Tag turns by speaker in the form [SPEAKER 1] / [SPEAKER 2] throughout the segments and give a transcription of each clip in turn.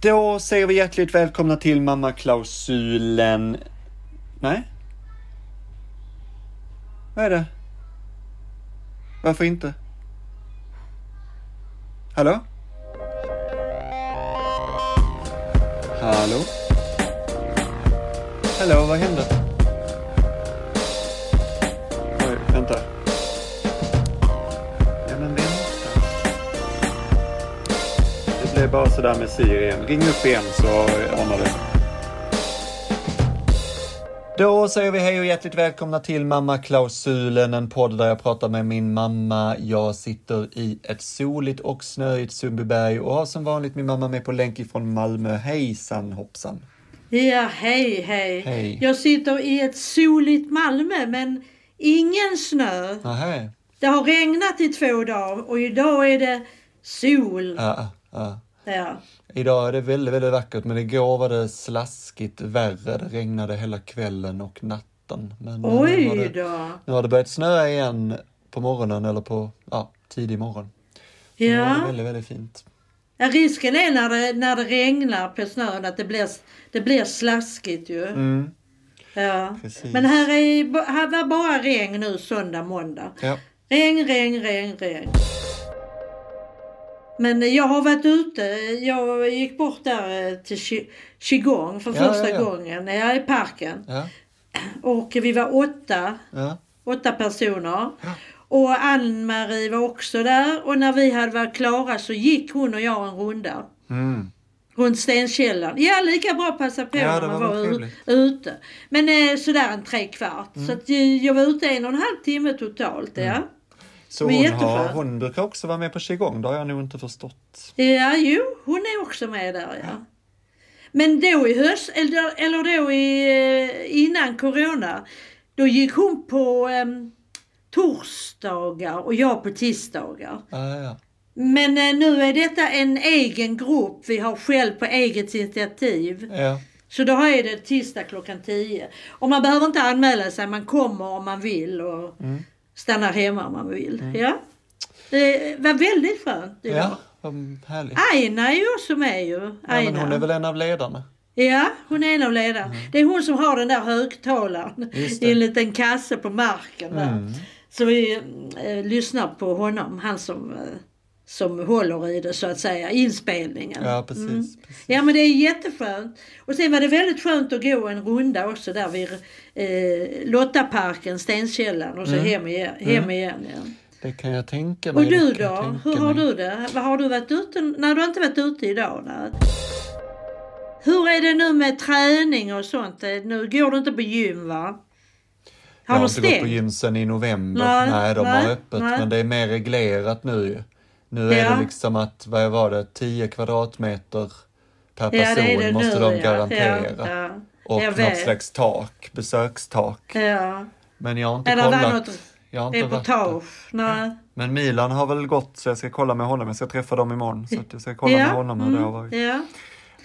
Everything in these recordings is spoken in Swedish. [SPEAKER 1] Då säger vi hjärtligt välkomna till mammaklausulen. Nej? Vad är det? Varför inte? Hallå? Hallå? Hallå, vad hände? Oj, vänta. Ja, men vänta. Det blev bara sådär med Siri igen. Ring upp igen så ordnar det Då säger vi hej och hjärtligt välkomna till Mamma Klausulen, en podd där jag pratar med min mamma. Jag sitter i ett soligt och snöigt Sundbyberg och har som vanligt min mamma med på länk ifrån Malmö. Hejsan hoppsan!
[SPEAKER 2] Ja, hej, hej
[SPEAKER 1] Hej.
[SPEAKER 2] Jag sitter i ett soligt Malmö men ingen snö.
[SPEAKER 1] Nähä,
[SPEAKER 2] Det har regnat i två dagar och idag är det sol.
[SPEAKER 1] ja, ja, ja.
[SPEAKER 2] Ja.
[SPEAKER 1] Idag är det väldigt, väldigt vackert men igår var det slaskigt värre. Det regnade hela kvällen och natten. Men eh, nu har det-
[SPEAKER 2] Oj då.
[SPEAKER 1] Nu har det börjat snöa igen på morgonen eller på ja, tidig morgon. Så nu är det
[SPEAKER 2] Ja.
[SPEAKER 1] väldigt, väldigt fint.
[SPEAKER 2] ja, risken är när det, när det regnar på snön att det blir, det blir slaskigt ju.
[SPEAKER 1] Mm.
[SPEAKER 2] Ja.
[SPEAKER 1] Precis.
[SPEAKER 2] Men här, är, här var bara regn nu söndag, måndag.
[SPEAKER 1] Ja.
[SPEAKER 2] Regn, regn, regn, regn. Men jag har varit ute. Jag gick bort där eh, till qi- qigong för
[SPEAKER 1] Ja,
[SPEAKER 2] första
[SPEAKER 1] ja, ja.
[SPEAKER 2] gången. Jag i parken.
[SPEAKER 1] Ja.
[SPEAKER 2] Och vi var åtta,
[SPEAKER 1] Ja.
[SPEAKER 2] åtta personer. Och Ann-Marie var också där. Och när vi hade varit klara så gick hon och jag en runda.
[SPEAKER 1] Mm.
[SPEAKER 2] Runt Stenkällan. Ja, lika bra att passa på
[SPEAKER 1] Ja, det
[SPEAKER 2] när man
[SPEAKER 1] var
[SPEAKER 2] var
[SPEAKER 1] väl
[SPEAKER 2] u-
[SPEAKER 1] trevligt. Mm.
[SPEAKER 2] ute. Men eh, sådär en tre kvart. Så att eh, jag var ute en och en halv timme totalt. Ja.
[SPEAKER 1] Så
[SPEAKER 2] Men
[SPEAKER 1] hon, har,
[SPEAKER 2] jätteskönt.
[SPEAKER 1] hon brukar också vara med på qigong, det har jag nog inte förstått.
[SPEAKER 2] Ja, jo, hon är också med där ja. Men då i höst, eller, eller då i, eh, innan corona, då gick hon på em, torsdagar och jag på tisdagar.
[SPEAKER 1] Ja, ja.
[SPEAKER 2] Men eh, nu är detta en egen grupp vi har själv på eget initiativ.
[SPEAKER 1] ja.
[SPEAKER 2] Så då är det tisdag klockan 10. Och man behöver inte anmäla sig, man kommer om man vill och stannar hemma om man vill. Ja. Det var väldigt skönt.
[SPEAKER 1] ja.
[SPEAKER 2] idag.
[SPEAKER 1] vad härligt.
[SPEAKER 2] Aina är ju också med ju.
[SPEAKER 1] Ja,
[SPEAKER 2] Ah, Aina.
[SPEAKER 1] men hon är väl en av ledarna?
[SPEAKER 2] Ja, hon är en av ledarna. Det är hon som har den där högtalaren
[SPEAKER 1] Just det. Mm.
[SPEAKER 2] i en liten kasse på marken där. Så vi eh, lyssnar på honom, han som, eh, som håller i det så att säga, inspelningen.
[SPEAKER 1] Ja,
[SPEAKER 2] Mm.
[SPEAKER 1] precis. precis.
[SPEAKER 2] Ja men det är jätteskönt. Och sen var det väldigt skönt att gå en runda också där vid eh, Lottaparken, Stenskällan och så
[SPEAKER 1] Mm.
[SPEAKER 2] hem igen. Hem igen ja.
[SPEAKER 1] Det kan jag tänka mig.
[SPEAKER 2] Och du
[SPEAKER 1] det kan jag
[SPEAKER 2] då?
[SPEAKER 1] tänka
[SPEAKER 2] Hur har
[SPEAKER 1] mig.
[SPEAKER 2] du det? Vad Har du varit ute? Nej, du har inte varit ute idag. Nej. Hur är det nu med träning och sånt? Eh, Nu går du inte på gym va?
[SPEAKER 1] Jag
[SPEAKER 2] Har
[SPEAKER 1] har
[SPEAKER 2] de
[SPEAKER 1] inte gått på
[SPEAKER 2] stängt?
[SPEAKER 1] gym sedan i november. Nej,
[SPEAKER 2] Nej,
[SPEAKER 1] de
[SPEAKER 2] nej,
[SPEAKER 1] har öppet
[SPEAKER 2] nej.
[SPEAKER 1] men det är mer reglerat nu ju. Nu är
[SPEAKER 2] Ja.
[SPEAKER 1] det liksom att, vad var det, 10 kvadratmeter per
[SPEAKER 2] Ja,
[SPEAKER 1] person
[SPEAKER 2] det är det
[SPEAKER 1] måste
[SPEAKER 2] nu,
[SPEAKER 1] de
[SPEAKER 2] ja.
[SPEAKER 1] garantera.
[SPEAKER 2] Ja, ja.
[SPEAKER 1] Och
[SPEAKER 2] Jag
[SPEAKER 1] något
[SPEAKER 2] vet.
[SPEAKER 1] slags tak, besökstak.
[SPEAKER 2] Ja.
[SPEAKER 1] Men jag har inte
[SPEAKER 2] Eller var det
[SPEAKER 1] kollat.
[SPEAKER 2] något
[SPEAKER 1] Jag har inte varit där.
[SPEAKER 2] reportage? Nej.
[SPEAKER 1] Men Milan har väl gått så jag ska kolla med honom. Jag ska träffa dem imorgon. Så att jag ska kolla
[SPEAKER 2] ja.
[SPEAKER 1] med honom hur det har
[SPEAKER 2] mm,
[SPEAKER 1] varit.
[SPEAKER 2] Ja.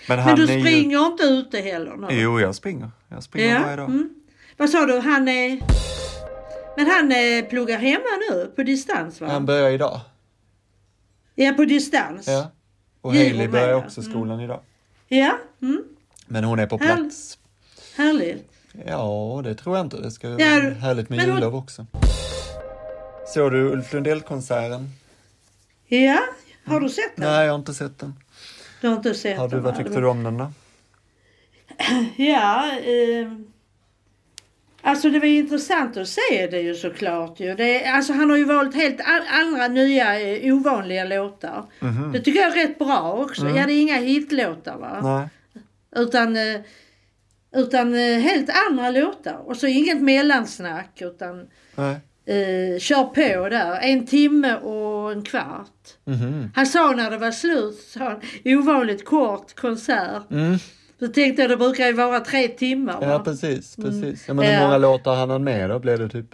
[SPEAKER 1] Men
[SPEAKER 2] Men
[SPEAKER 1] han
[SPEAKER 2] du
[SPEAKER 1] är ju...
[SPEAKER 2] springer inte ute heller? Nu?
[SPEAKER 1] Jo, jag springer. Jag springer
[SPEAKER 2] ja.
[SPEAKER 1] varje dag.
[SPEAKER 2] mm. Vad sa du? Han är... Men han eh, pluggar hemma nu på distans va?
[SPEAKER 1] Han börjar idag.
[SPEAKER 2] Ja, på distans.
[SPEAKER 1] Ja. Och
[SPEAKER 2] Giro
[SPEAKER 1] Hailey
[SPEAKER 2] med,
[SPEAKER 1] börjar
[SPEAKER 2] ja.
[SPEAKER 1] också skolan idag.
[SPEAKER 2] ja. Mm.
[SPEAKER 1] Men hon är på
[SPEAKER 2] Härligt.
[SPEAKER 1] plats.
[SPEAKER 2] Härligt.
[SPEAKER 1] Ja, det tror jag inte. Det ska
[SPEAKER 2] Ja,
[SPEAKER 1] vara härligt med
[SPEAKER 2] men hon-
[SPEAKER 1] jullov också. Såg du Ulf Lundell-konserten?
[SPEAKER 2] Ja, har du sett den?
[SPEAKER 1] Nej, jag har inte sett den.
[SPEAKER 2] Du har inte sett
[SPEAKER 1] Har du,
[SPEAKER 2] den?
[SPEAKER 1] vad
[SPEAKER 2] va?
[SPEAKER 1] tyckte du om den då?
[SPEAKER 2] Ja, eh, alltså det var ju intressant att se det ju såklart ju. Det, är- alltså han har ju valt helt a- andra nya eh, ovanliga låtar. Det tycker jag är rätt bra också. Ja, det är inga hitlåtar va?
[SPEAKER 1] Mhm. Mm. Nej.
[SPEAKER 2] Utan, eh, utan eh, helt andra låtar. Och så inget mellansnack utan
[SPEAKER 1] Nej.
[SPEAKER 2] eh, kör på där. En timme och en kvart.
[SPEAKER 1] Mhm.
[SPEAKER 2] Han sa när det var slut, sa han, ovanligt kort konsert.
[SPEAKER 1] Mm.
[SPEAKER 2] Så tänkte jag, det brukar ju vara tre timmar.
[SPEAKER 1] Ja,
[SPEAKER 2] va?
[SPEAKER 1] precis. precis. Ja, men hur
[SPEAKER 2] Mm. Ja.
[SPEAKER 1] många låtar hann han med då? Blev det typ?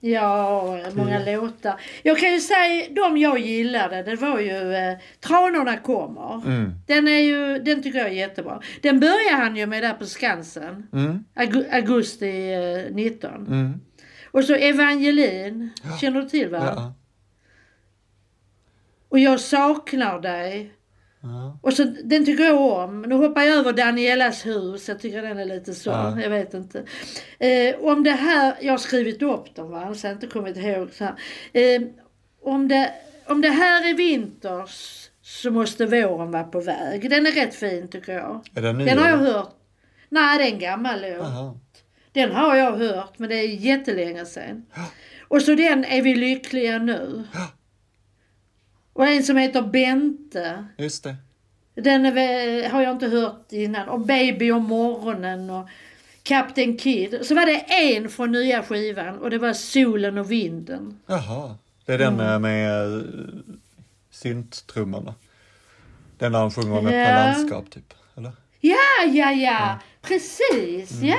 [SPEAKER 2] ja många låtar. Jag kan ju säga, de jag gillade, det var ju eh, Tranorna kommer.
[SPEAKER 1] Mm.
[SPEAKER 2] Den, är ju, den tycker jag är jättebra. Den börjar han ju med där på Skansen,
[SPEAKER 1] Mm.
[SPEAKER 2] agu- augusti eh, 19.
[SPEAKER 1] Mm.
[SPEAKER 2] Och så Evangelin, känner du till va?
[SPEAKER 1] Ja.
[SPEAKER 2] Och jag saknar dig.
[SPEAKER 1] Ja.
[SPEAKER 2] Och så, den tycker jag om. Nu hoppar jag över Danielas hus. Jag tycker den är lite så.
[SPEAKER 1] Ja.
[SPEAKER 2] Jag vet inte. Eh, om det här, jag har skrivit upp dem va, så jag har inte kommit ihåg. Så här. Eh, om, det, om det här är vinters så måste våren vara på väg. Den är rätt fin tycker jag.
[SPEAKER 1] Är den ny?
[SPEAKER 2] Den har jag
[SPEAKER 1] eller?
[SPEAKER 2] hört. Nej, det är en gammal låt.
[SPEAKER 1] Aha.
[SPEAKER 2] Den har jag hört, men det är jättelänge sedan. Och så den Är vi lyckliga nu? Och en som heter Bente.
[SPEAKER 1] Just det.
[SPEAKER 2] Den är, väl- har jag inte hört innan. Och Baby om morgonen och Captain Kid. Så var det en från nya skivan och det var Solen och vinden.
[SPEAKER 1] Jaha. Det är den eh,
[SPEAKER 2] Mm.
[SPEAKER 1] med uh, synttrummorna. Den där han sjunger om öppna
[SPEAKER 2] Ja.
[SPEAKER 1] landskap, typ. Eller?
[SPEAKER 2] Ja, ja, ja. Precis,
[SPEAKER 1] Mm.
[SPEAKER 2] ja.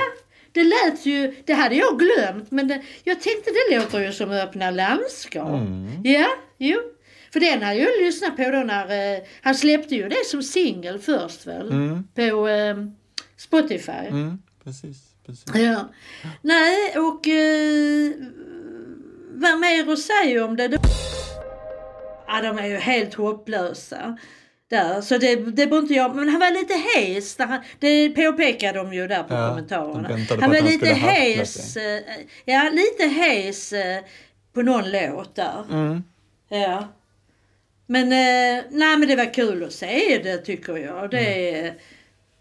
[SPEAKER 2] Det lät ju, det hade jag glömt, men det, jag tänkte det låter ju som öppna landskap.
[SPEAKER 1] Mm.
[SPEAKER 2] Ja, jo. För den hade jag lyssnat på då när, eh, han släppte ju det som singel först väl?
[SPEAKER 1] Mm,
[SPEAKER 2] På eh, Spotify.
[SPEAKER 1] mm, precis. precis.
[SPEAKER 2] Ja. Nej, och eh, vad mer att säga om det då? Ja, de är ju helt hopplösa. Där, så det, det borde inte jag... Men han var lite hes. när han- Det påpekade de ju där på
[SPEAKER 1] Ja,
[SPEAKER 2] kommentarerna.
[SPEAKER 1] de väntade på
[SPEAKER 2] Han
[SPEAKER 1] att
[SPEAKER 2] var
[SPEAKER 1] han
[SPEAKER 2] lite
[SPEAKER 1] skulle hackla
[SPEAKER 2] hes. eh, Ja, lite hes eh, på någon låt där.
[SPEAKER 1] Mm.
[SPEAKER 2] Ja. Men, eh, nej men det var kul att se det tycker jag. Det,
[SPEAKER 1] Mm.
[SPEAKER 2] är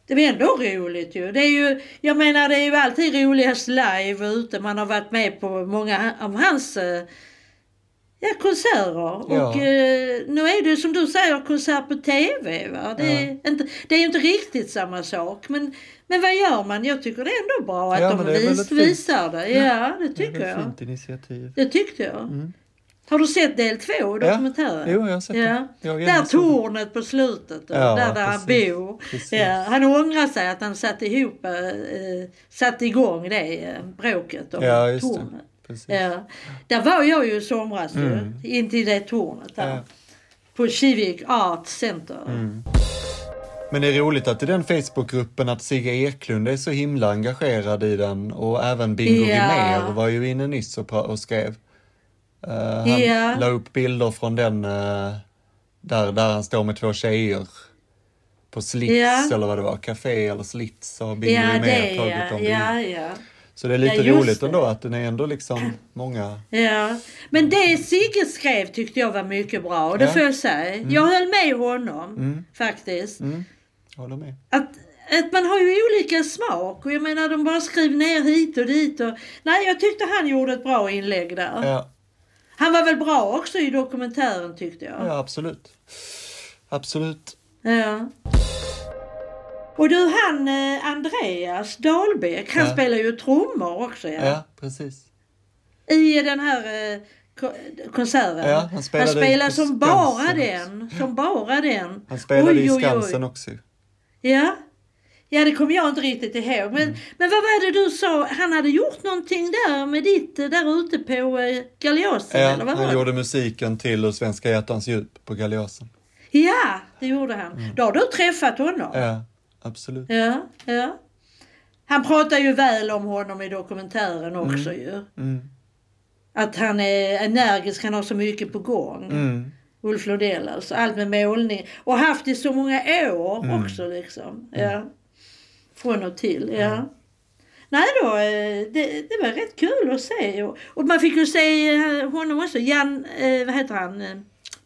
[SPEAKER 2] det var ändå roligt ju. Det är ju. Jag menar det är ju alltid roligast live ute. Man har varit med på många av hans eh, ja, konserter.
[SPEAKER 1] Ja.
[SPEAKER 2] Och eh, nu är det ju som du säger konsert på TV. Va? Det, är inte, det är ju inte riktigt samma sak. Men, men vad gör man? Jag tycker det är ändå bra att
[SPEAKER 1] Ja, men
[SPEAKER 2] de
[SPEAKER 1] det är
[SPEAKER 2] vis,
[SPEAKER 1] väldigt fint.
[SPEAKER 2] visar det. Ja, det tycker
[SPEAKER 1] det är ett
[SPEAKER 2] jag.
[SPEAKER 1] fint initiativ.
[SPEAKER 2] Det tyckte jag. Har du sett del två i
[SPEAKER 1] Mm. Ja.
[SPEAKER 2] dokumentären?
[SPEAKER 1] Jo, jag har sett
[SPEAKER 2] Ja.
[SPEAKER 1] det. Jag
[SPEAKER 2] Där tornet på slutet då,
[SPEAKER 1] Ja,
[SPEAKER 2] där, där han
[SPEAKER 1] precis.
[SPEAKER 2] bor.
[SPEAKER 1] Precis.
[SPEAKER 2] Ja, han ångrar sig att han satte ihop, eh, satte igång det eh, bråket om
[SPEAKER 1] Ja, just det.
[SPEAKER 2] tornet.
[SPEAKER 1] Precis.
[SPEAKER 2] Ja. Där var jag ju i somras
[SPEAKER 1] Mm.
[SPEAKER 2] ju, in till det tornet där.
[SPEAKER 1] Ja. Mm.
[SPEAKER 2] På Civic Art Center.
[SPEAKER 1] Men det är roligt att i den Facebookgruppen att Sigge Eklund är så himla engagerad i den och även Bingo
[SPEAKER 2] Ja.
[SPEAKER 1] Rimér var ju inne nyss och, pra- och skrev. Eh, han
[SPEAKER 2] Ja.
[SPEAKER 1] la upp bilder från den eh, där, där han står med två tjejer på Slits
[SPEAKER 2] Ja.
[SPEAKER 1] eller vad det var, Café eller Slits har Bingo
[SPEAKER 2] Ja,
[SPEAKER 1] Rimér
[SPEAKER 2] det
[SPEAKER 1] tagit
[SPEAKER 2] är
[SPEAKER 1] om bild.
[SPEAKER 2] ja, ja.
[SPEAKER 1] Så det är lite
[SPEAKER 2] Ja, just
[SPEAKER 1] roligt
[SPEAKER 2] det.
[SPEAKER 1] ändå att den är ändå liksom många.
[SPEAKER 2] Ja, men det Sigge skrev tyckte jag var mycket bra och det
[SPEAKER 1] Ja.
[SPEAKER 2] får jag säga. Jag höll med honom faktiskt.
[SPEAKER 1] Mm, jag håller med.
[SPEAKER 2] Att, att man har ju olika smak och jag menar de bara skriver ner hit och dit. Och, nej, jag tyckte han gjorde ett bra inlägg där.
[SPEAKER 1] Ja,
[SPEAKER 2] Han var väl bra också i dokumentären tyckte jag.
[SPEAKER 1] ja absolut. Absolut.
[SPEAKER 2] Ja. Och du han eh, Andreas Dahlbäck, han
[SPEAKER 1] Ja.
[SPEAKER 2] spelar ju trummor också ja.
[SPEAKER 1] Ja, precis.
[SPEAKER 2] I den här eh, ko- konserten.
[SPEAKER 1] Ja, han spelade
[SPEAKER 2] han spelar
[SPEAKER 1] på
[SPEAKER 2] som bara
[SPEAKER 1] Skansen
[SPEAKER 2] den. Som bara den.
[SPEAKER 1] Han spelade
[SPEAKER 2] Oj,
[SPEAKER 1] i
[SPEAKER 2] oj, oj.
[SPEAKER 1] Skansen också.
[SPEAKER 2] Ja. Ja, det kommer jag inte riktigt ihåg. Men,
[SPEAKER 1] Mm.
[SPEAKER 2] men vad var det du sa? Han hade gjort någonting där med ditt, eh, där ute på eh, Galeasen
[SPEAKER 1] Ja,
[SPEAKER 2] eller vad var
[SPEAKER 1] han
[SPEAKER 2] det?
[SPEAKER 1] gjorde musiken till Ur Svenska hjärtans djup på Galeasen.
[SPEAKER 2] Ja, det gjorde han. Då har du träffat honom.
[SPEAKER 1] Mm. Ja, absolut.
[SPEAKER 2] Ja, ja. Han pratar ju väl om honom i dokumentären också ju.
[SPEAKER 1] Mm.
[SPEAKER 2] Att han är energisk, han har så mycket på gång.
[SPEAKER 1] Mm.
[SPEAKER 2] Ulf Lundell alltså. Allt med målning. Och haft i så många år
[SPEAKER 1] Mm.
[SPEAKER 2] också liksom. Ja. Från och till, ja.
[SPEAKER 1] Mm.
[SPEAKER 2] Nej då, eh, det, det var rätt kul att se. Och, och man fick ju se eh, honom också. Jan, eh, vad heter han? Eh,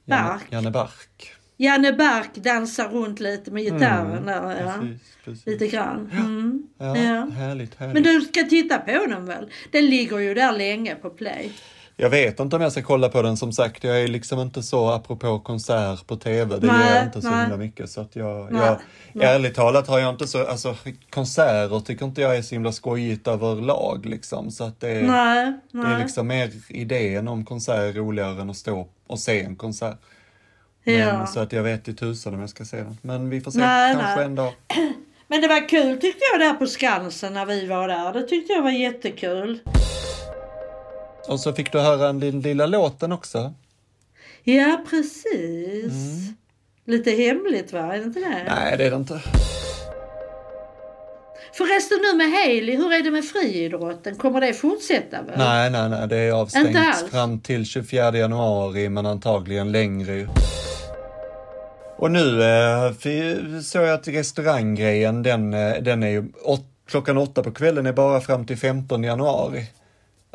[SPEAKER 1] Janne,
[SPEAKER 2] Bark.
[SPEAKER 1] Janne Bark.
[SPEAKER 2] Janne Bark dansar runt lite med gitarren där. Ja.
[SPEAKER 1] Mm. Precis, precis.
[SPEAKER 2] Lite grann. Mm.
[SPEAKER 1] Ja,
[SPEAKER 2] Ja.
[SPEAKER 1] Härligt,
[SPEAKER 2] Men
[SPEAKER 1] härligt.
[SPEAKER 2] du ska titta på den väl? Den ligger ju där länge på play.
[SPEAKER 1] Jag vet inte om jag ska kolla på den som sagt. Jag är liksom inte så apropå konsert på TV. Det
[SPEAKER 2] Nej,
[SPEAKER 1] gör jag inte så
[SPEAKER 2] nej.
[SPEAKER 1] himla mycket. Så att jag,
[SPEAKER 2] Nej,
[SPEAKER 1] jag,
[SPEAKER 2] nej.
[SPEAKER 1] Ärligt talat har jag inte så, alltså konserter tycker inte jag är så himla skojigt överlag liksom. Så att det är,
[SPEAKER 2] Nej,
[SPEAKER 1] det är
[SPEAKER 2] nej.
[SPEAKER 1] liksom mer idén om konsert är roligare än att stå och se en konsert. Men,
[SPEAKER 2] ja.
[SPEAKER 1] Så att jag vet i tusan om jag ska se den. Men vi får se,
[SPEAKER 2] Nej,
[SPEAKER 1] kanske
[SPEAKER 2] nej.
[SPEAKER 1] en dag.
[SPEAKER 2] Men det var kul tyckte jag där på Skansen när vi var där. Det tyckte jag var jättekul.
[SPEAKER 1] Och så fick du höra den lilla, lilla låten också.
[SPEAKER 2] Ja, precis.
[SPEAKER 1] Mm.
[SPEAKER 2] Lite hemligt va? Är det inte det?
[SPEAKER 1] Nej, det är det inte.
[SPEAKER 2] Förresten nu med Haley, hur är det med friidrotten? Kommer det fortsätta väl?
[SPEAKER 1] Nej, nej, nej, det är avstängt
[SPEAKER 2] Inte alls?
[SPEAKER 1] fram till 24 januari, men antagligen längre ju. Och nu eh, för- såg jag att restauranggrejen, den, eh, den är ju åt, klockan åtta på kvällen är bara fram till 15 januari.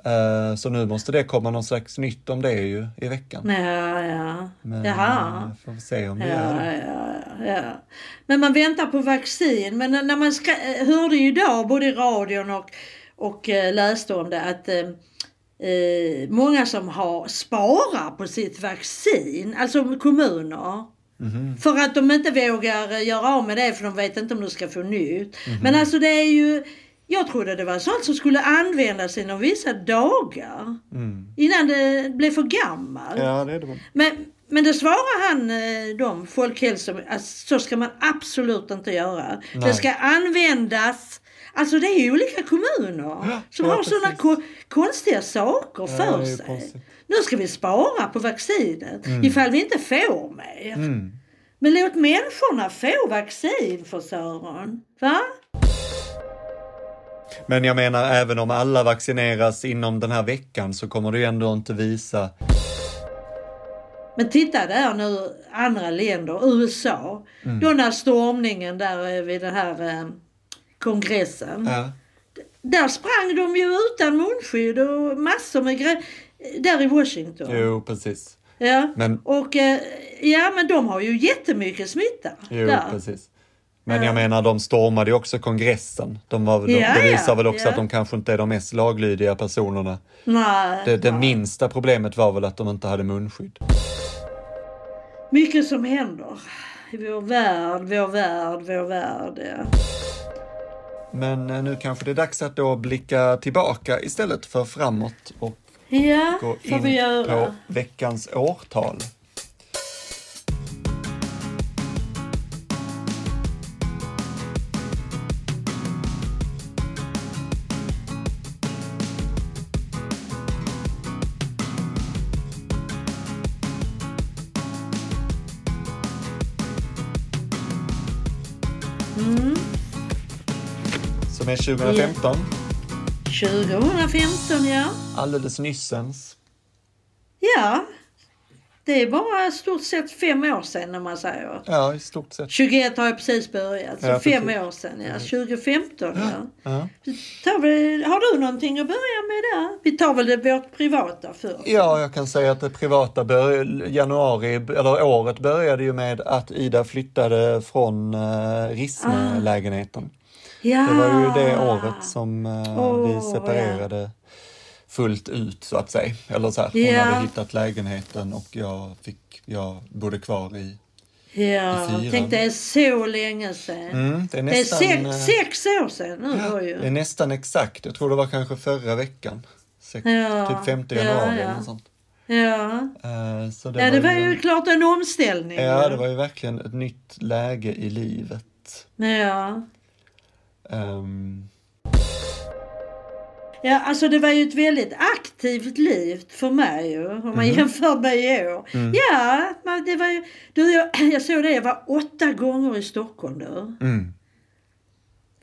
[SPEAKER 1] Eh, Så nu måste det komma någon slags nytt om det ju i veckan.
[SPEAKER 2] Ja, ja.
[SPEAKER 1] Men,
[SPEAKER 2] Jaha.
[SPEAKER 1] eh, Får vi se om det gör
[SPEAKER 2] Ja,
[SPEAKER 1] det.
[SPEAKER 2] ja, ja. Men man väntar på vaccin. Men när man ska, eh, hörde ju idag både i radion och, och eh, läste om det att eh, eh, många som har sparar på sitt vaccin, alltså kommuner.
[SPEAKER 1] Mhm.
[SPEAKER 2] För att de inte vågar eh, göra av med det för de vet inte om de ska få nytt.
[SPEAKER 1] Mhm.
[SPEAKER 2] Men alltså det är ju, jag trodde det var sånt som skulle användas inom vissa dagar.
[SPEAKER 1] Mm.
[SPEAKER 2] Innan det blev för gammalt.
[SPEAKER 1] Ja, det är det väl.
[SPEAKER 2] Men, men det svarar han eh, dem, folkhälso, att så ska man absolut inte göra.
[SPEAKER 1] Nej.
[SPEAKER 2] Det ska användas, alltså det är ju olika kommuner som
[SPEAKER 1] ja,
[SPEAKER 2] har sådana
[SPEAKER 1] precis.
[SPEAKER 2] ko- konstiga saker
[SPEAKER 1] Ja,
[SPEAKER 2] för
[SPEAKER 1] det är ju
[SPEAKER 2] sig.
[SPEAKER 1] konstigt.
[SPEAKER 2] Nu ska vi spara på vaccinet ifall vi inte får mer.
[SPEAKER 1] Mm.
[SPEAKER 2] Men låt människorna få vaccin för Sören. Va?
[SPEAKER 1] Men jag menar, även om alla vaccineras inom den här veckan så kommer det ju ändå inte visa.
[SPEAKER 2] Men titta där nu, andra länder, USA.
[SPEAKER 1] Mm.
[SPEAKER 2] Då när stormningen där eh, vid den här eh, kongressen.
[SPEAKER 1] Ja.
[SPEAKER 2] Där sprang de ju utan munskydd och massor med grejer. Där i Washington.
[SPEAKER 1] Jo, precis.
[SPEAKER 2] Ja.
[SPEAKER 1] Men
[SPEAKER 2] Och eh, ja, men de har ju jättemycket smitta.
[SPEAKER 1] Jo,
[SPEAKER 2] där.
[SPEAKER 1] precis. Men jag menar, de stormade ju också kongressen. De, var, de,
[SPEAKER 2] Ja,
[SPEAKER 1] det
[SPEAKER 2] ja,
[SPEAKER 1] visar väl också
[SPEAKER 2] ja.
[SPEAKER 1] att de kanske inte är de mest laglydiga personerna.
[SPEAKER 2] Nej.
[SPEAKER 1] Det, det minsta problemet var väl att de inte hade munskydd.
[SPEAKER 2] Mycket som händer. I vår värld, vår värld, vår värld. Ja.
[SPEAKER 1] Men eh, nu kanske det är dags att då blicka tillbaka istället för framåt och
[SPEAKER 2] Ja,
[SPEAKER 1] gå
[SPEAKER 2] får vi
[SPEAKER 1] in
[SPEAKER 2] göra.
[SPEAKER 1] på veckans årtal.
[SPEAKER 2] Mm.
[SPEAKER 1] Som är 2015,
[SPEAKER 2] 2015, ja.
[SPEAKER 1] alldeles nyssens.
[SPEAKER 2] Ja. Det är bara i stort sett fem år sedan när man säger.
[SPEAKER 1] Ja, i stort sett.
[SPEAKER 2] 21 har jag precis börjat, så
[SPEAKER 1] Ja,
[SPEAKER 2] fem
[SPEAKER 1] precis.
[SPEAKER 2] år sedan. Ja. 2015, ja.
[SPEAKER 1] Ja.
[SPEAKER 2] Tar vi, har du någonting att börja med där? Vi tar väl det vårt privata först.
[SPEAKER 1] Ja, jag kan säga att det privata bör, januari, eller året började ju med att Ida flyttade från eh, Rissne-lägenheten.
[SPEAKER 2] Ja.
[SPEAKER 1] Det var ju det året som eh, vi
[SPEAKER 2] Ah. Åh,
[SPEAKER 1] separerade fullt ut så att säga. Eller så här, hon
[SPEAKER 2] Ja.
[SPEAKER 1] hade hittat lägenheten och jag, fick, jag bodde kvar i...
[SPEAKER 2] Ja,
[SPEAKER 1] fyran.
[SPEAKER 2] tänk det är så länge sedan.
[SPEAKER 1] Mm, det är
[SPEAKER 2] det är
[SPEAKER 1] nästan, eh,
[SPEAKER 2] sex, sex år sedan nu var
[SPEAKER 1] det är
[SPEAKER 2] ju.
[SPEAKER 1] nästan exakt, jag tror det var kanske förra veckan. Sex,
[SPEAKER 2] Ja.
[SPEAKER 1] Typ 5
[SPEAKER 2] Ja,
[SPEAKER 1] januari
[SPEAKER 2] ja.
[SPEAKER 1] eller något sånt.
[SPEAKER 2] Ja.
[SPEAKER 1] Eh, så
[SPEAKER 2] ja, det var
[SPEAKER 1] ju-
[SPEAKER 2] ju klart en omställning.
[SPEAKER 1] Ja, det var ju verkligen ett nytt läge i livet.
[SPEAKER 2] ja.
[SPEAKER 1] Ehm,
[SPEAKER 2] ja, alltså det var ju ett väldigt aktivt liv för mig ju, om man
[SPEAKER 1] Mhm.
[SPEAKER 2] jämför med i år.
[SPEAKER 1] Mm.
[SPEAKER 2] Ja, men det var ju, du, jag, jag såg det, jag var åtta gånger i Stockholm då.
[SPEAKER 1] mm.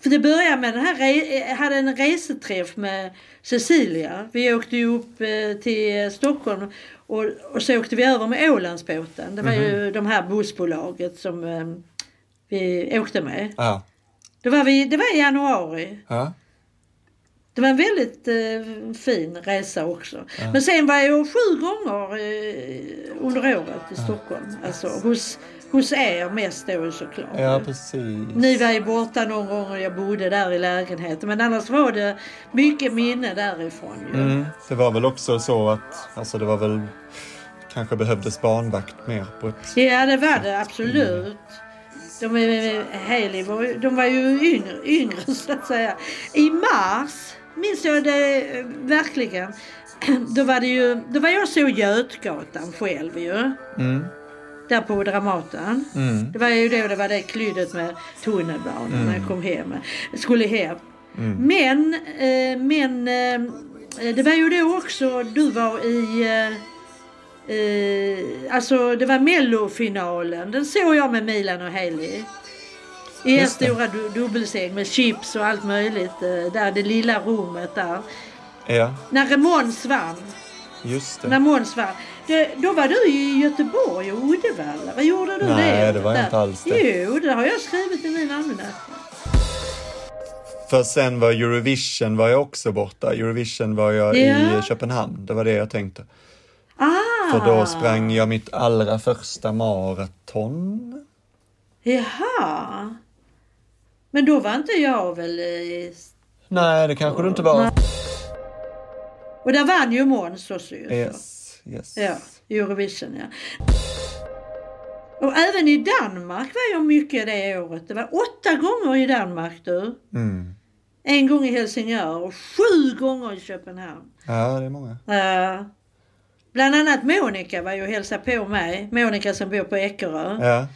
[SPEAKER 2] För det började med den här, re- jag hade en reseträff med Cecilia. Vi åkte ju upp eh, till eh, Stockholm och, och så åkte vi över med Ålandsbåten. Det var ju de här bussbolaget som eh, vi åkte med.
[SPEAKER 1] Ja.
[SPEAKER 2] Det var, vi, det var i januari.
[SPEAKER 1] Ja.
[SPEAKER 2] Det var en väldigt eh, fin resa också. Men sen var jag sju gånger eh, under året i Stockholm. Alltså hos, hos er mest då såklart.
[SPEAKER 1] ja, precis.
[SPEAKER 2] Ni var ju borta någon gång och jag bodde där i lägenheten. Men annars var det mycket minne därifrån ju.
[SPEAKER 1] Mm. Det var väl också så att, alltså det var väl, kanske behövdes barnvakt mer på ett...
[SPEAKER 2] Ja, det var det absolut. De, är- Hailey var, ju- de var ju yngre, yngre så att säga. I mars minns jag det eh, verkligen. Då var, det ju, då var jag så Götgatan själv ju.
[SPEAKER 1] Mm.
[SPEAKER 2] Där på Dramaten.
[SPEAKER 1] Mm. Mm.
[SPEAKER 2] Det var ju då det var det klyddet med tunnelbanan när jag kom hem. Skulle hem. Men, eh, men eh, det var ju då också du var i... Eh, eh, alltså det var mellofinalen. Den såg jag med Milan och Haley. I en
[SPEAKER 1] Just det.
[SPEAKER 2] stora du- dubbelsäng med chips och allt möjligt. Eh, där det lilla rummet där.
[SPEAKER 1] Ja.
[SPEAKER 2] När Ramones vann.
[SPEAKER 1] Just
[SPEAKER 2] när
[SPEAKER 1] det.
[SPEAKER 2] Måns var. Det, då var du i Göteborg och Uddevalla. Vad gjorde du
[SPEAKER 1] Nej,
[SPEAKER 2] det
[SPEAKER 1] det var jag
[SPEAKER 2] året
[SPEAKER 1] inte
[SPEAKER 2] där?
[SPEAKER 1] alls det.
[SPEAKER 2] Jo, det har jag skrivit i min almanacka.
[SPEAKER 1] För sen var Eurovision var jag också borta. Eurovision var jag
[SPEAKER 2] Ja.
[SPEAKER 1] i Köpenhamn. Det var det jag tänkte.
[SPEAKER 2] Ah!
[SPEAKER 1] För då sprang jag mitt allra första maraton.
[SPEAKER 2] Jaha. Men då var inte jag väl i...
[SPEAKER 1] Nej, det kanske du inte var.
[SPEAKER 2] Och där vann ju Måns också ju. så.
[SPEAKER 1] Yes, yes.
[SPEAKER 2] Ja, Eurovision ja. Och även i Danmark var jag mycket det året. Det var åtta gånger i Danmark du.
[SPEAKER 1] Mm.
[SPEAKER 2] En gång i Helsingör och sju gånger i Köpenhamn.
[SPEAKER 1] Ja, det är många.
[SPEAKER 2] Eh, bland annat Monica var ju och hälsade på mig. Monica som bor på Eckerö.
[SPEAKER 1] Ja,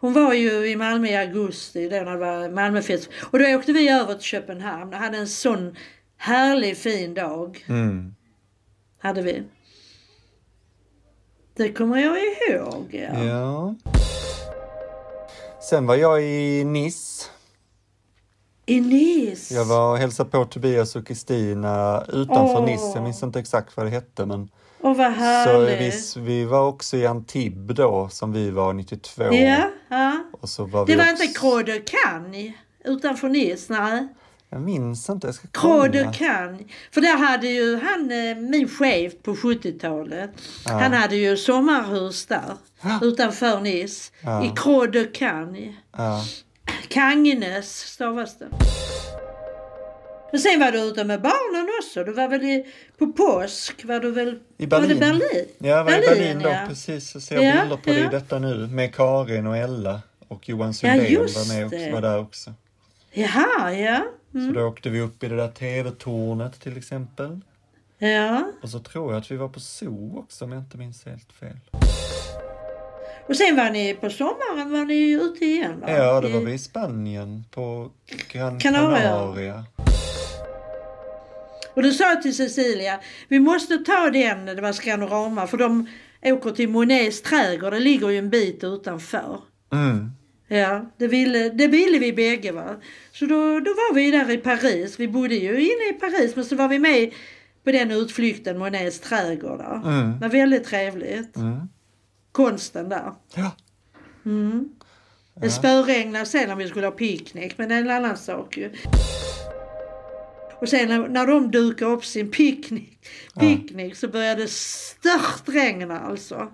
[SPEAKER 2] Hon var ju i Malmö i augusti då när det var Malmöfest. Och då åkte vi över till Köpenhamn och hade en sån härlig fin dag.
[SPEAKER 1] mm.
[SPEAKER 2] Hade vi. Det kommer jag ihåg. Ja.
[SPEAKER 1] ja. Sen var jag i Nice.
[SPEAKER 2] I Nice.
[SPEAKER 1] Jag var och hälsade på Tobias och Kristina utanför
[SPEAKER 2] Åh.
[SPEAKER 1] Nice. Jag minns inte exakt vad det hette, men
[SPEAKER 2] Och vad
[SPEAKER 1] så
[SPEAKER 2] härligt.
[SPEAKER 1] vi, vi var också i Antibes då, som vi var 92.
[SPEAKER 2] Ja, ja.
[SPEAKER 1] Och så var
[SPEAKER 2] Det
[SPEAKER 1] vi
[SPEAKER 2] var
[SPEAKER 1] också...
[SPEAKER 2] inte Croix de Cannes utanför Nice, nej.
[SPEAKER 1] Jag minns inte. Jag ska
[SPEAKER 2] Croix de
[SPEAKER 1] kolla.
[SPEAKER 2] Cannes. För där hade ju han, eh, min chef på 70-talet, han hade ju sommarhus där utanför Nice. I Croix de Cannes.
[SPEAKER 1] Ja.
[SPEAKER 2] Kangnes stavas det. Men sen var du ute med barnen också. Du var väl i, på påsk var du väl
[SPEAKER 1] I
[SPEAKER 2] Var
[SPEAKER 1] Berlin.
[SPEAKER 2] det Berlin?
[SPEAKER 1] Ja, jag var i Berlin då,
[SPEAKER 2] ja.
[SPEAKER 1] precis. Så ser jag
[SPEAKER 2] Ja,
[SPEAKER 1] bilder på
[SPEAKER 2] ja.
[SPEAKER 1] det i detta nu med Karin och Ella och Johan
[SPEAKER 2] Ja,
[SPEAKER 1] Sundén
[SPEAKER 2] just
[SPEAKER 1] var, med också,
[SPEAKER 2] det.
[SPEAKER 1] var där också.
[SPEAKER 2] Jaha, ja. Mm.
[SPEAKER 1] Så då åkte vi upp i det där TV-tornet till exempel.
[SPEAKER 2] ja.
[SPEAKER 1] Och så tror jag att vi var på zoo också om jag inte minns helt fel.
[SPEAKER 2] Och sen var ni på sommaren var ni ute igen va?
[SPEAKER 1] Ja, det
[SPEAKER 2] I-
[SPEAKER 1] var vi i Spanien på Gran
[SPEAKER 2] Canaria.
[SPEAKER 1] Canaria.
[SPEAKER 2] Och du sa till Cecilia, vi måste ta den, det var Scanorama, för de åker till Monets trädgård, det ligger ju en bit utanför.
[SPEAKER 1] Mm.
[SPEAKER 2] Ja, det ville, det ville vi bägge va. Så då, då var vi där i Paris, vi bodde ju inne i Paris men så var vi med på den utflykten, Monets trädgård där.
[SPEAKER 1] Mm.
[SPEAKER 2] Det var väldigt trevligt.
[SPEAKER 1] Mm.
[SPEAKER 2] Konsten där.
[SPEAKER 1] Ja.
[SPEAKER 2] Mm. Det spöregnade sen när vi skulle ha picknick, men det är en annan sak ju. Och sen när, när de dukade upp sin picknick, picknick så började det stört regna alltså.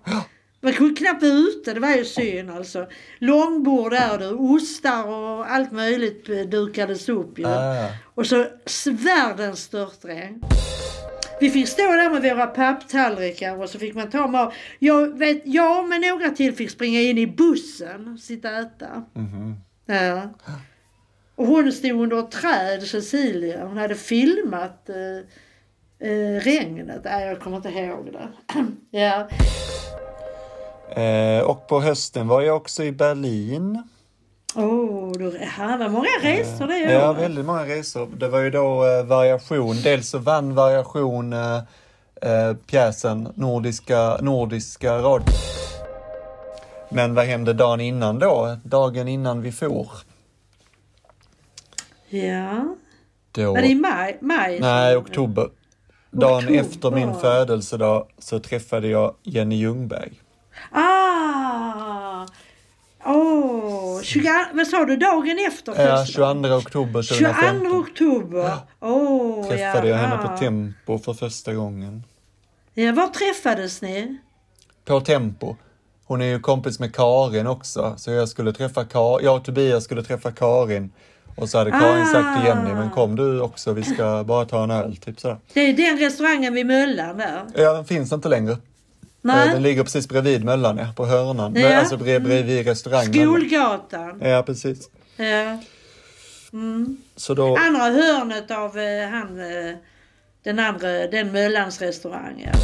[SPEAKER 2] Man kunde knappt vara ute, det var ju synd alltså. Långbord där du, ostar och allt möjligt eh, dukades upp ju.
[SPEAKER 1] Ah.
[SPEAKER 2] Och så s- världens störtregn. Vi fick stå där med våra papptallrikar och så fick man ta mat. Jag, vet, jag med några till fick springa in i bussen och sitta och äta.
[SPEAKER 1] Mhm.
[SPEAKER 2] Ja. Och hon stod under ett träd, Cecilia. Hon hade filmat eh, eh, regnet. Nej, jag kommer inte ihåg det. ja.
[SPEAKER 1] Eh, och på hösten var jag också i Berlin.
[SPEAKER 2] Åh, oh, det var många resor det
[SPEAKER 1] Ja,
[SPEAKER 2] året.
[SPEAKER 1] väldigt många resor. Det var ju då eh, variation. Dels så vann variation eh, eh, pjäsen Nordiska, Nordiska radio. Men vad hände dagen innan då? Dagen innan vi for?
[SPEAKER 2] Ja.
[SPEAKER 1] Då...
[SPEAKER 2] Var det i maj? maj
[SPEAKER 1] Nej, oktober. Dagen
[SPEAKER 2] Oktober.
[SPEAKER 1] efter min födelsedag så träffade jag Jenny Ljungberg.
[SPEAKER 2] Ah! Åh! Oh, 20, vad sa du? Dagen efter
[SPEAKER 1] Eh,
[SPEAKER 2] första?
[SPEAKER 1] 22 oktober 2015
[SPEAKER 2] 22 oktober. Åh, oh,
[SPEAKER 1] träffade jag henne på Tempo för första gången.
[SPEAKER 2] Ja, var träffades ni?
[SPEAKER 1] På Tempo. Hon är ju kompis med Karin också, så jag skulle träffa Ka- jag och Tobias skulle träffa Karin. Och så hade Karin
[SPEAKER 2] Ah.
[SPEAKER 1] sagt till Jenny, men kom du också, vi ska bara ta en öl, typ sådär.
[SPEAKER 2] Det är den restaurangen vid Möllan där.
[SPEAKER 1] Ja, den finns inte längre. Eh, Den
[SPEAKER 2] Nej,
[SPEAKER 1] ligger precis bredvid Möllan, ja, på hörnan.
[SPEAKER 2] Ja.
[SPEAKER 1] Alltså bre- bredvid restaurangen.
[SPEAKER 2] Skolgatan.
[SPEAKER 1] Ja, precis.
[SPEAKER 2] Ja. Mm.
[SPEAKER 1] Så då...
[SPEAKER 2] Andra hörnet av eh, han, eh, den andra, den Möllans restaurang. Ja.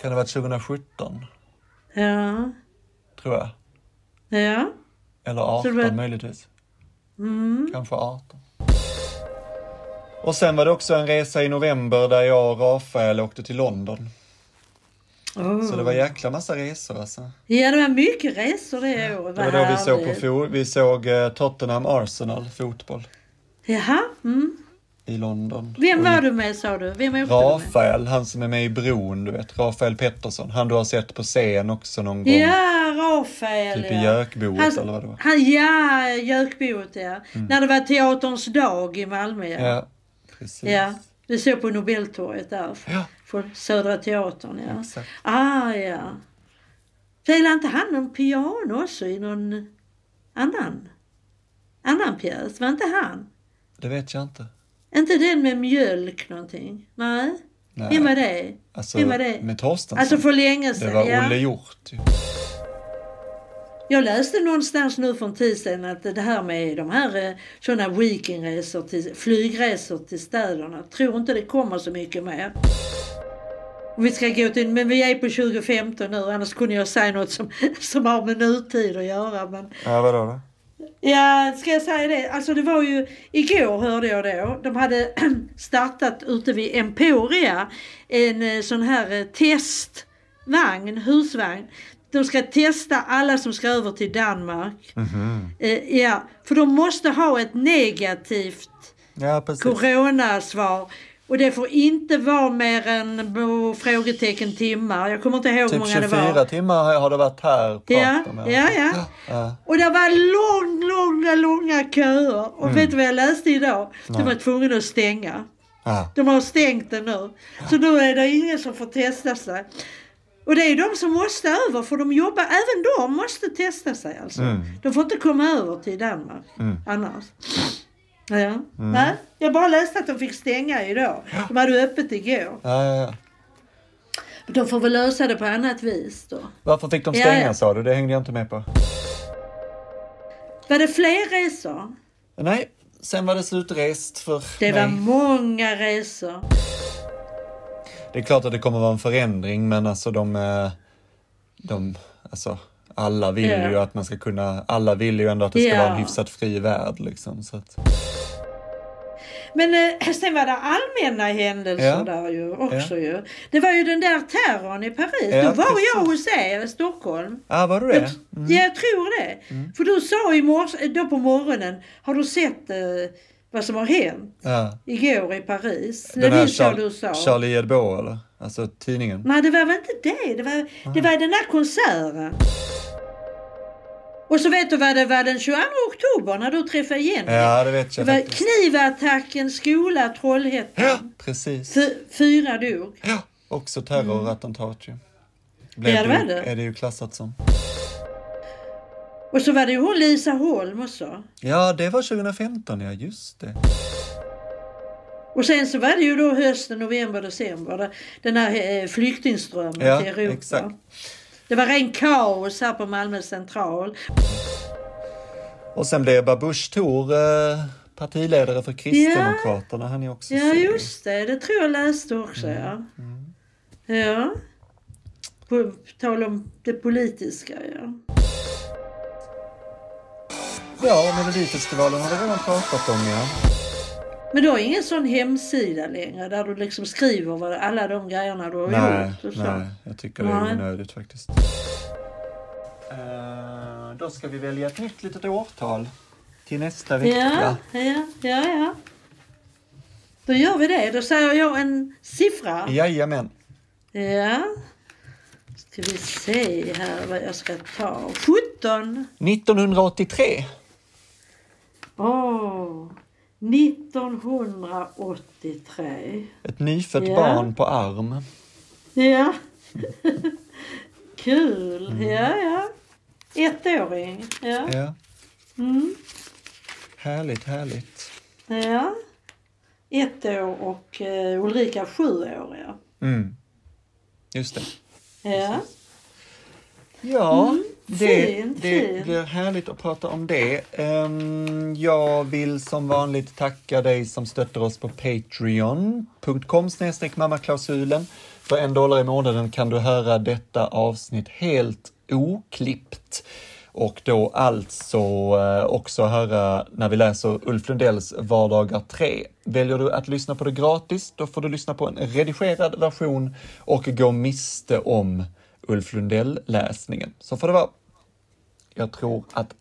[SPEAKER 1] Kan det ha varit 2017?
[SPEAKER 2] ja.
[SPEAKER 1] Tror jag.
[SPEAKER 2] ja.
[SPEAKER 1] Eller
[SPEAKER 2] Så
[SPEAKER 1] 18
[SPEAKER 2] det var-
[SPEAKER 1] möjligtvis.
[SPEAKER 2] Mm.
[SPEAKER 1] Kanske 18. Och sen var det också en resa i november där jag och Rafael åkte till London.
[SPEAKER 2] Oh.
[SPEAKER 1] Så det var jäkla massa resor alltså.
[SPEAKER 2] Ja, det var mycket resor det året.
[SPEAKER 1] Det var då vi såg på fo- vi såg eh, Tottenham Arsenal fotboll.
[SPEAKER 2] Jaha. Mm.
[SPEAKER 1] i London.
[SPEAKER 2] Vem
[SPEAKER 1] Och i-
[SPEAKER 2] var du med sa du? Vem åkte du med?
[SPEAKER 1] Rafael, han som är med i Bron, du vet. Rafael Pettersson. Han du har sett på scen också någon gång.
[SPEAKER 2] Ja, Rafael
[SPEAKER 1] Typ i
[SPEAKER 2] ja.
[SPEAKER 1] Jökboet
[SPEAKER 2] han,
[SPEAKER 1] eller vad det var. Mm.
[SPEAKER 2] Han, ja, Jökboet ja. När det var teaterns dag i Malmö ja.
[SPEAKER 1] Ja, precis.
[SPEAKER 2] Ja, vi såg på Nobeltorget där.
[SPEAKER 1] Ja.
[SPEAKER 2] För Södra Teatern, ja.
[SPEAKER 1] Exakt.
[SPEAKER 2] Ah, ja. Spelade inte han någon piano också i någon annan, annan pjäs? Var inte han?
[SPEAKER 1] Det vet jag inte.
[SPEAKER 2] Inte den med mjölk någonting? Nej.
[SPEAKER 1] Nej.
[SPEAKER 2] Vem var det?
[SPEAKER 1] Alltså,
[SPEAKER 2] vem var det?
[SPEAKER 1] med Torstensson.
[SPEAKER 2] Alltså för länge sedan.
[SPEAKER 1] det var
[SPEAKER 2] ja.
[SPEAKER 1] Olle Hjort. ju.
[SPEAKER 2] Jag läste någonstans nu för en tid sedan att det här med de här sådana weekendresor, till, flygresor till städerna, tror inte det kommer så mycket mer. Vi ska gå till, men vi är på 2015 nu, annars kunde jag säga något som, som har med nutid att göra. Men,
[SPEAKER 1] Ja, vadå då?
[SPEAKER 2] ja, ska jag säga det? Alltså det var ju, igår hörde jag då, de hade startat ute vid Emporia en eh, sån här eh, testvagn, husvagn. De ska testa alla som ska över till Danmark.
[SPEAKER 1] Mhm.
[SPEAKER 2] Eh, ja, för de måste ha ett negativt
[SPEAKER 1] Ja, precis.
[SPEAKER 2] coronasvar. Och det får inte vara mer än bo- frågetecken timmar. Jag kommer inte ihåg hur
[SPEAKER 1] Typ
[SPEAKER 2] många det
[SPEAKER 1] 24
[SPEAKER 2] var.
[SPEAKER 1] timmar har- har det varit här.
[SPEAKER 2] Ja,
[SPEAKER 1] pratar man.
[SPEAKER 2] ja, ja.
[SPEAKER 1] ja.
[SPEAKER 2] Och det var lång, långa, långa köer. Och vet du vad jag läste idag? De
[SPEAKER 1] Mm. Nej.
[SPEAKER 2] var tvungna att stänga.
[SPEAKER 1] Ja.
[SPEAKER 2] De har stängt det nu. Så nu är det ingen som får testa sig. Och det är de som måste över för de jobbar, även de måste testa sig alltså.
[SPEAKER 1] Mm.
[SPEAKER 2] De får inte komma över till Danmark
[SPEAKER 1] Mm.
[SPEAKER 2] annars. Ja. Nej, jag bara läste att de fick stänga idag. De hade öppet igår.
[SPEAKER 1] Ja, ja, ja.
[SPEAKER 2] De får väl lösa det på annat vis då.
[SPEAKER 1] Varför fick de
[SPEAKER 2] Ja,
[SPEAKER 1] stänga
[SPEAKER 2] ja.
[SPEAKER 1] sa du? Det hängde jag inte med på.
[SPEAKER 2] Var det fler resor?
[SPEAKER 1] Nej, sen var det slutrest för
[SPEAKER 2] Det var
[SPEAKER 1] mig.
[SPEAKER 2] många resor.
[SPEAKER 1] Det är klart att det kommer vara en förändring, men alltså de... eh, de alltså, alla vill
[SPEAKER 2] Ja.
[SPEAKER 1] ju att man ska kunna... Alla vill ju ändå att det ska
[SPEAKER 2] Ja.
[SPEAKER 1] vara en hyfsat fri värld liksom. Så att,
[SPEAKER 2] Men eh, sen var det allmänna händelser
[SPEAKER 1] Ja.
[SPEAKER 2] där ju också ju. Det var ju den där terrorn i Paris.
[SPEAKER 1] Ja,
[SPEAKER 2] Då var
[SPEAKER 1] precis.
[SPEAKER 2] jag hos er i Stockholm.
[SPEAKER 1] ah, var du
[SPEAKER 2] Jag,
[SPEAKER 1] det?
[SPEAKER 2] ja, jag tror det.
[SPEAKER 1] Mm.
[SPEAKER 2] För du sa i morse, eh, då på morgonen, har du sett eh, vad som har hänt
[SPEAKER 1] Ja.
[SPEAKER 2] igår i Paris?
[SPEAKER 1] Den här
[SPEAKER 2] det sa
[SPEAKER 1] Char-
[SPEAKER 2] du sa.
[SPEAKER 1] Charlie Hebdo, eller? Alltså tidningen.
[SPEAKER 2] Nej, det var väl inte det. Det var,
[SPEAKER 1] Ah.
[SPEAKER 2] det var den där konserten. Och så vet du vad det var den 22 oktober när du träffade Jenny?
[SPEAKER 1] Ja, det vet
[SPEAKER 2] det
[SPEAKER 1] jag
[SPEAKER 2] var
[SPEAKER 1] faktiskt.
[SPEAKER 2] knivattacken, skola, Trollhättan.
[SPEAKER 1] Ja, precis.
[SPEAKER 2] Fy- Fyra dog.
[SPEAKER 1] Ja, också terrorattentat ju. Blev
[SPEAKER 2] Mm. Ja, det var
[SPEAKER 1] ju-
[SPEAKER 2] det.
[SPEAKER 1] Är det ju klassat som.
[SPEAKER 2] Och så var det ju hon Lisa Holm också.
[SPEAKER 1] Ja, det var 2015, ja just det.
[SPEAKER 2] Och sen så var det ju då hösten, november, december. där- Den här eh, flyktingströmmen
[SPEAKER 1] Ja,
[SPEAKER 2] till Europa.
[SPEAKER 1] exakt.
[SPEAKER 2] Det var ren kaos här på Malmö central.
[SPEAKER 1] Och sen blev Babush Thor eh, partiledare för Kristdemokraterna. Han är också
[SPEAKER 2] Ja
[SPEAKER 1] sur.
[SPEAKER 2] just det, det tror jag läste också
[SPEAKER 1] Mm,
[SPEAKER 2] ja. Ja. På tal om det politiska ja.
[SPEAKER 1] Ja, och Melodifestivalen har vi redan pratat om ja.
[SPEAKER 2] Men du har ingen sån hemsida längre där du liksom skriver vad alla de grejerna du har
[SPEAKER 1] Nej,
[SPEAKER 2] gjort? och så.
[SPEAKER 1] nej, jag tycker det
[SPEAKER 2] Nej.
[SPEAKER 1] är onödigt faktiskt. Eh, då ska vi välja ett nytt litet årtal till nästa
[SPEAKER 2] Ja,
[SPEAKER 1] vecka.
[SPEAKER 2] ja, ja, ja. Då gör vi det. Då säger jag en siffra.
[SPEAKER 1] Jajamän.
[SPEAKER 2] Ja. Ska vi se här vad jag ska ta. 17.
[SPEAKER 1] 1983.
[SPEAKER 2] Åh. 1983.
[SPEAKER 1] Ett nyfött
[SPEAKER 2] Ja.
[SPEAKER 1] barn på arm.
[SPEAKER 2] Ja. Kul. Ja, ja. Ettåring. Ja.
[SPEAKER 1] Ja.
[SPEAKER 2] Mm.
[SPEAKER 1] Härligt, härligt.
[SPEAKER 2] ja. Ett år och eh, Ulrika sju år. Ja.
[SPEAKER 1] Mm. Just det.
[SPEAKER 2] ja.
[SPEAKER 1] Ja, det,
[SPEAKER 2] Mm, fint,
[SPEAKER 1] det
[SPEAKER 2] fint.
[SPEAKER 1] blir härligt att prata om det. Ehm, jag vill som vanligt tacka dig som stöttar oss på patreon.com snedstreck mammaklausulen. För en dollar i månaden kan du höra detta avsnitt helt oklippt. Och då alltså eh, också höra när vi läser Ulf Lundells Vardagar 3. Väljer du att lyssna på det gratis, då får du lyssna på en redigerad version och gå miste om Ulf Lundell-läsningen. Så får det vara. Jag tror att,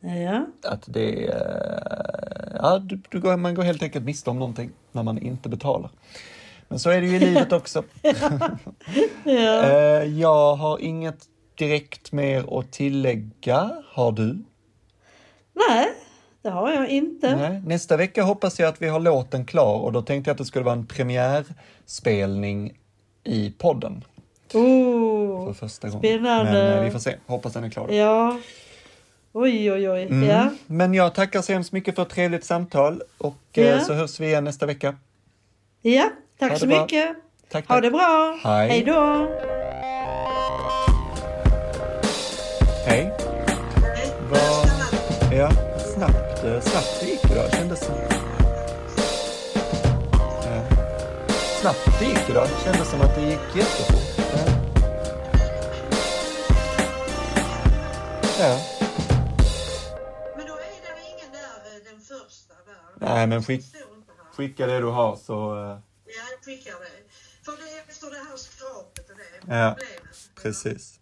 [SPEAKER 2] ja.
[SPEAKER 1] att det... eh, ja, du, du, går- man går helt enkelt miste om någonting när man inte betalar. Men så är det ju i livet också.
[SPEAKER 2] Ja.
[SPEAKER 1] Eh, Jag har inget direkt mer att tillägga. Har du?
[SPEAKER 2] Nej, det har jag inte.
[SPEAKER 1] Nej. Nästa vecka hoppas jag att vi har låten klar och då tänkte jag att det skulle vara en premiärspelning i podden
[SPEAKER 2] Oh,
[SPEAKER 1] för första gången.
[SPEAKER 2] Spännande.
[SPEAKER 1] Men eh, vi får se. Hoppas den är klar. då.
[SPEAKER 2] ja. Oj, oj, oj.
[SPEAKER 1] Mm.
[SPEAKER 2] Ja.
[SPEAKER 1] Men jag tackar så hemskt mycket för ett trevligt samtal och eh,
[SPEAKER 2] Ja.
[SPEAKER 1] så hörs vi igen nästa vecka.
[SPEAKER 2] ja,
[SPEAKER 1] Ha
[SPEAKER 2] tack så
[SPEAKER 1] det bra.
[SPEAKER 2] mycket.
[SPEAKER 1] Tack,
[SPEAKER 2] Ha
[SPEAKER 1] tack.
[SPEAKER 2] det bra.
[SPEAKER 1] Hej.
[SPEAKER 2] Hej då.
[SPEAKER 1] Hej. Vad... Ja, snabbt, eh, snabbt det gick idag. Kändes... som- Ja. Snabbt det gick idag. Kändes som att det gick jättefort. Ja. ja.
[SPEAKER 3] Men då är det ingen där, eh, den första där.
[SPEAKER 1] Nej, men skick,
[SPEAKER 3] Det står inte här.
[SPEAKER 1] skicka det du har så... eh,
[SPEAKER 3] Ja, jag skickar det. För det är efter det här skrapet och det
[SPEAKER 1] Ja.
[SPEAKER 3] problemet.
[SPEAKER 1] Precis.